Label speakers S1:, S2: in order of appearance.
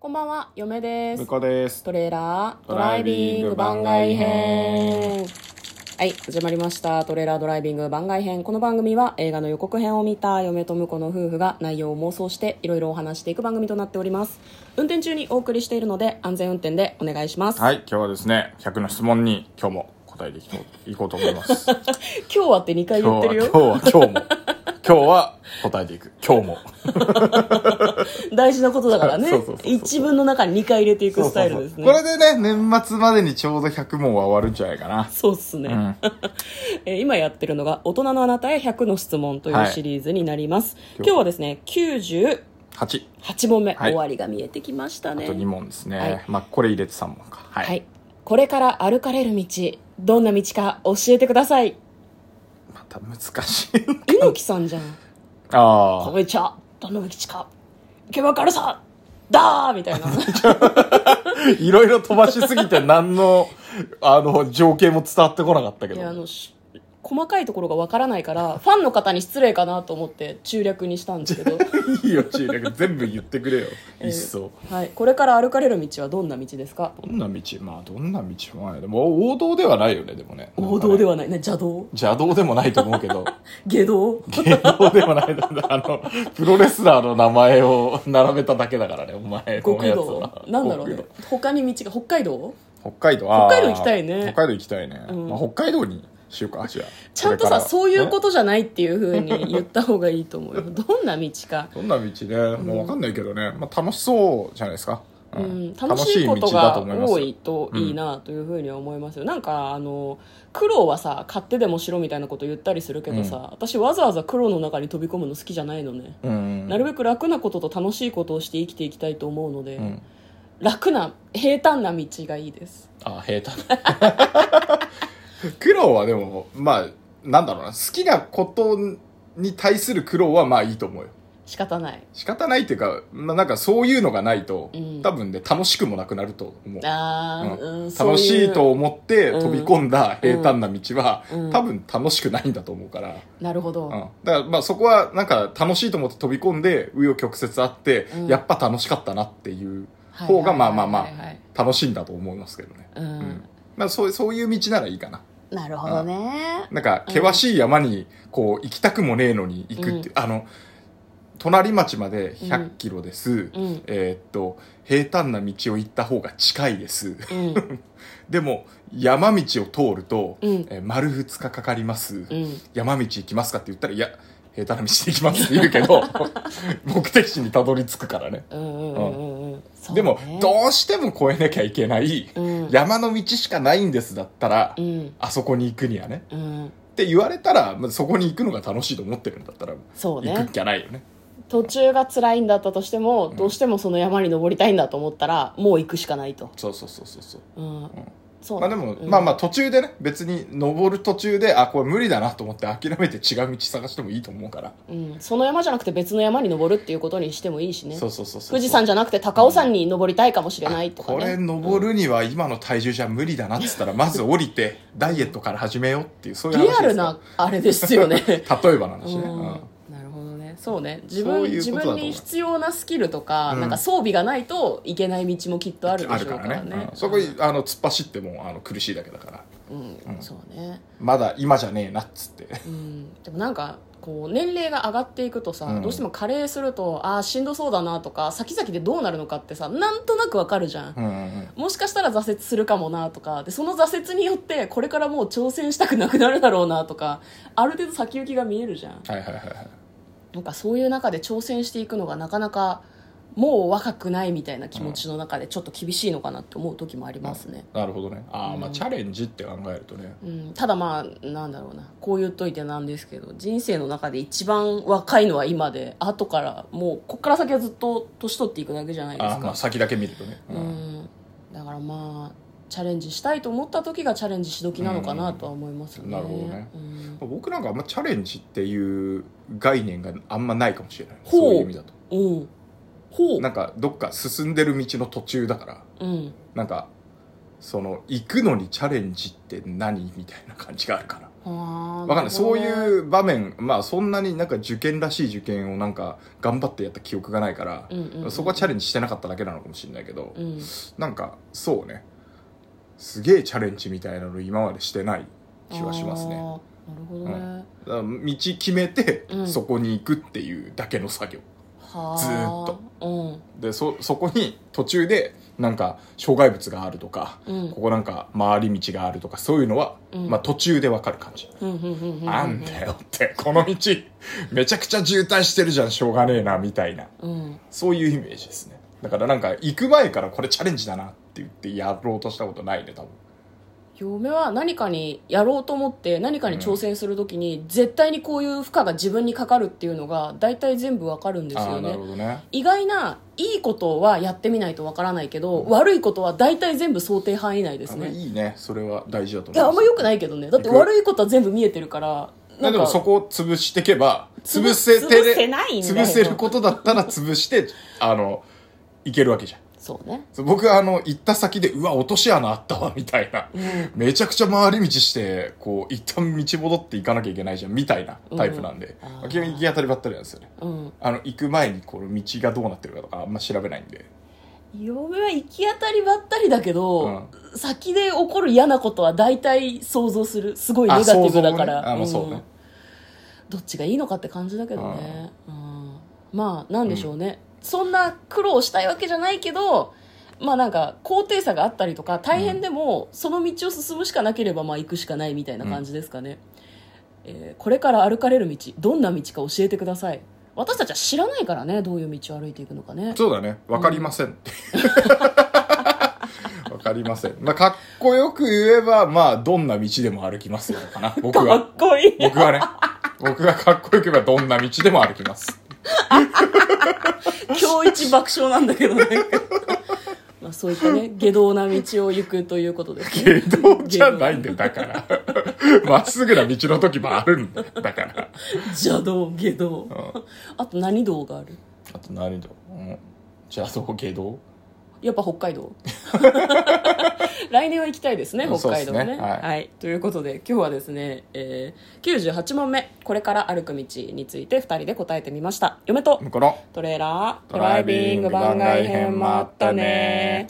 S1: こんばんは、嫁です
S2: 向。こうです。
S1: トレーラード
S2: ド
S1: ラ
S2: ラ
S1: イ
S2: イ
S1: ビ
S2: ビ
S1: ン
S2: ン
S1: グ
S2: グ
S1: 番
S2: 番
S1: 外
S2: 外
S1: 編
S2: 編。
S1: はい、始まりました。トレーラードライビング番外編。この番組は映画の予告編を見た嫁と婿の夫婦が内容を妄想していろいろお話していく番組となっております。運転中にお送りしているので安全運転でお願いします。
S2: はい、今日はですね、100の質問に今日も答えていこういこうと思います。
S1: 今日はって2回 言
S2: 今
S1: っ
S2: 日
S1: てる
S2: は、今日
S1: よ。
S2: は、今日も。今日は答えていく。今日も。
S1: 大事なことだからね
S2: そうそうそう。そう
S1: 一文の中に2回入れていくスタイルですね。
S2: これでね、年末までにちょうど100問は終わるんじゃないかな。
S1: そうっすね、
S2: うん
S1: えー今やってるのが「大人のあなたへ100の質問」という
S2: はい
S1: シリーズになります、
S2: 今日
S1: 今日はですね98
S2: 8。
S1: 問目、
S2: はい
S1: 終わりが見えてきました
S2: あ
S1: ね
S2: と2問ですね。
S1: はい
S2: まあ、これ入れて3問か。は。
S1: はいいこれから歩かれる道どんな道か教えてください
S2: また難しい。
S1: 猪木さんじゃん「
S2: あ
S1: この道はどんな道か行けばわかるさだー!」みたいな
S2: あ。いろいろ飛ばしすぎて何の、あの、情景も伝わってこなかったけ
S1: い
S2: ど。
S1: やあのし細かいところがわからないからファンの方に失礼かなと思って中略にしたんですけ ど
S2: いいよ、中略。全部言ってくれよ。一層。
S1: はい、これから歩かれる道はどんな道ですか
S2: どんな道まあどんな道もないでも王道ではないよねでもね
S1: 王道で
S2: は
S1: はないね邪道
S2: 邪道でもないと思うけ ど
S1: 下道
S2: 芸道でもないのあのプロレスラーの名前を並べただけだからねお前この
S1: 極
S2: やつ
S1: 道
S2: は
S1: なんだろうね
S2: 極道
S1: 他に道が北海道
S2: 北海道あー
S1: 北海道行きたいね
S2: 北海道行きたいね、
S1: うん
S2: まあ、北海道にしようかじゃあ
S1: ちゃんとさそういうこととじゃないっていうふうに言った方がいいと思うよどんな道か、
S2: どんな道ね、まあ、わかんないけどね、まあ、楽しそうじゃないですか、
S1: う
S2: うん
S1: ん、楽しいこと
S2: 楽しい道だ
S1: が
S2: と思います
S1: 多いといいなというふうには思いますよ、なんかあの苦労はさ買ってでもしろみたいなこと言ったりするけどさ、
S2: うん
S1: 私わざわざ苦労の中に飛び込むの好きじゃないのね、
S2: うん
S1: なるべく楽なことと楽しいことをして生きていきたいと思うので、
S2: うん
S1: 楽な平坦な道がいいです
S2: あ、平坦。苦労はでも、まあ、なんだろうな、好きなことに対する苦労はまあいいと思うよ。
S1: 仕方ない
S2: 仕方ないっていうか、まあなんかそういうのがないと、
S1: うん
S2: 多分ね、楽しくもなくなると思う。
S1: あー、
S2: うん
S1: うんそうう
S2: 楽しいと思って
S1: うん
S2: 飛び込んだ平坦な道は、
S1: うん
S2: 多分楽しくないんだと思うから、
S1: なるほど、
S2: うんだからまあそこはなんか楽しいと思って飛び込んで紆余曲折あって、
S1: うん
S2: やっぱ楽しかったなっていう方がまあまあま
S1: はいはいはい
S2: あ楽しいんだと思いますけどね、
S1: はいはいう
S2: うんんまあ、そうそういう道ならいいかな
S1: なるほどね
S2: なんか、険しい山に、こう、行きたくもねえのに行くって、あの、隣町まで100キロです。
S1: うん
S2: えーっと、平坦な道を行った方が近いです。
S1: うん
S2: でも、山道を通ると、
S1: うん
S2: えー丸2日かかります。
S1: うん
S2: 山道行きますかって言ったら、いや、平坦な道で行きますって言う けど、目的地にたどり着くからね。
S1: うんうんうんうんそうね
S2: でも、どうしても越えなきゃいけない、
S1: うん
S2: 山の道しかないんですだったら、
S1: うん
S2: あそこに行くにはね。
S1: うん
S2: って言われたら、まあ、そこに行くのが楽しいと思ってるんだったら、
S1: そう
S2: 行く
S1: ね
S2: っきゃないよね
S1: 途中が辛いんだったとしても
S2: ん
S1: どうしてもその山に登りたいんだと思ったらもう行くしかないと
S2: そうそうそうそうそう
S1: うんそう
S2: まあでも、まあまあ途中でね別に登る途中であこれ無理だなと思って諦めて違う道探してもいいと思うから、
S1: あうんその山じゃなくて別の山に登るっていうことにしてもいいしね
S2: そうそうそうそう
S1: 富士山じゃなくて高尾山に登りたいかもしれないとか
S2: これ
S1: ね
S2: 登るには今の体重じゃ無理だなっつったらまず降りてダイエットから始めようっていうそういう話
S1: リ
S2: です
S1: アルなあれですよね
S2: 例えばの話ね、うん
S1: うんなるほどねそうね自
S2: そ
S1: 分
S2: ういう
S1: 自
S2: ことだと
S1: 分
S2: 思う
S1: に必要なスキルとか,、
S2: うん
S1: なんか装備がないといけない道もきっとあるで
S2: あ
S1: し
S2: る
S1: ょう
S2: か
S1: からら
S2: ね
S1: ね
S2: うんそこあの突っ走ってもあの苦しいだけだから
S1: うん、うんそうね、
S2: まだ今じゃねえなっつって
S1: うん、でもなんかこう年齢が上がっていくとさ、
S2: うん
S1: どうしても加齢するとああしんどそうだなとか先々でどうなるのかってさなんとなくわかるじゃん、
S2: うんうんうん
S1: もしかしたら挫折するかもなとかでその挫折によってこれからもう挑戦したくなくなるだろうなとかある程度先行きが見えるじゃん
S2: はいはいはいはい
S1: なんかそういう中で挑戦していくのがなかなかもう若くないみたいな気持ちの中でちょっと厳しいのかなって思う時もありますね、
S2: なるほどねああ、ま
S1: う
S2: あ
S1: ん
S2: チャレンジって考えるとね
S1: うん、ただまあなんだろうなこう言っといてなんですけど人生の中で一番若いのは今で後からもうこっから先はずっと年取っていくだけじゃないです
S2: あ
S1: か、
S2: ーまあ先だけ見るとね、う
S1: うんん、だからまあチャレンジしたいと思った時がチャレンジし時なのかなとは思いますよね、
S2: なるほどね
S1: うん
S2: 僕なんかあんまチャレンジっていう概念があんまないかもしれない
S1: ほう
S2: そういう意味だと
S1: うんほう
S2: なんかどっか進んでる道の途中だから
S1: うん
S2: なんかその行くのにチャレンジって何みたいな感じがあるから
S1: わ
S2: わかんないそう
S1: う
S2: いう場面まあそんなになんか受験らしい受験をなんか頑張ってやった記憶がないから、
S1: うんうんうん
S2: そこはチャレンジしてなかっただけなのかもしれないけど、
S1: うん
S2: なんかそうねすげえチャレンジみたいなの今までしてない気はします
S1: あー
S2: ね
S1: なるほどね、
S2: う
S1: は
S2: だから道決めて、
S1: うん
S2: そこに行くっていうだけの作業
S1: あ
S2: ずーっと
S1: うん
S2: でそそこに途中でなんか障害物があるとか、
S1: うん
S2: ここなんか回り道があるとかそういうのは、
S1: うん
S2: まあ、途中でわかる感じ、
S1: うんうんうんうんうん
S2: あんだよってこの道めちゃくちゃ渋滞してるじゃんしょうがねえなみたいな
S1: うん
S2: そういうイメージですねだからなんか行く前からこれチャレンジだなって言ってやろうとしたことないね多分
S1: 嫁は何かにやろうと思って何かに挑戦するときに、絶対にこういう負荷が自分にかかるっていうのが大体全部わかるんです
S2: ああ
S1: よ
S2: ーな
S1: ね
S2: るほどね
S1: 意外ないいことはやってみないとわからないけど、悪いことは大体全部想定範囲内です
S2: あの
S1: ね
S2: いいねそれは大事だと思
S1: いやあんま良くないいけどねだって悪いことは全部見えてるから
S2: でもそこを潰していけば
S1: つぶ
S2: 潰せて
S1: 潰せないんだよ
S2: 潰せることだったら潰してあのいけるわけじゃん
S1: そうね
S2: そう僕あの行った先でうわ落とし穴あったわみたいな、
S1: ん
S2: めちゃくちゃ回り道してこう一旦道戻って行かなきゃいけないじゃんみたいなタイプなんで、
S1: うんあー
S2: まあ基本行き当たりばったりなんですよね
S1: うん
S2: あの行く前にこの道がどうなってるかとかあんま調べないんで
S1: 嫁は行き当たりばったりだけど、
S2: う
S1: 先で起こる嫌なことは大体想像するすごいネガティブだから、
S2: あ想像もねあまあそうね
S1: んどっちがいいのかって感じだけどね、うん、まあなんでしょうね、そんな苦労したいわけじゃないけどまあなんか高低差があったりとか大変でもその道を進むしかなければまあ行くしかないみたいな感じですかね、えーこれから歩かれる道どんな道か教えてください私たちは知らないからねどういう道を歩いていくのかね
S2: そうだねわかりませんって、 わかりません、まあ、かっこよく言えばまあどんな道でも歩きますよかな僕
S1: か
S2: は
S1: っこいい
S2: 僕はね僕がかっこよく言えばどんな道でも歩きます
S1: 今日一爆笑なんだけどねまあそういった ね下道な道を行くということですね
S2: 下道じゃないんだよだから まっすぐな道の時もあるんだよだから
S1: 邪道下道あと何道がある
S2: あと何だうんじゃあそう下道
S1: やっぱ北海 道来年は行きたいですね
S2: うん
S1: 北海道ね
S2: そうですね
S1: はい
S2: はい
S1: ということで今日はですね、えー98問目これから歩く道について2人で答えてみました嫁と
S2: 向こうの
S1: トレーラード
S2: ドライビング番外編もあったね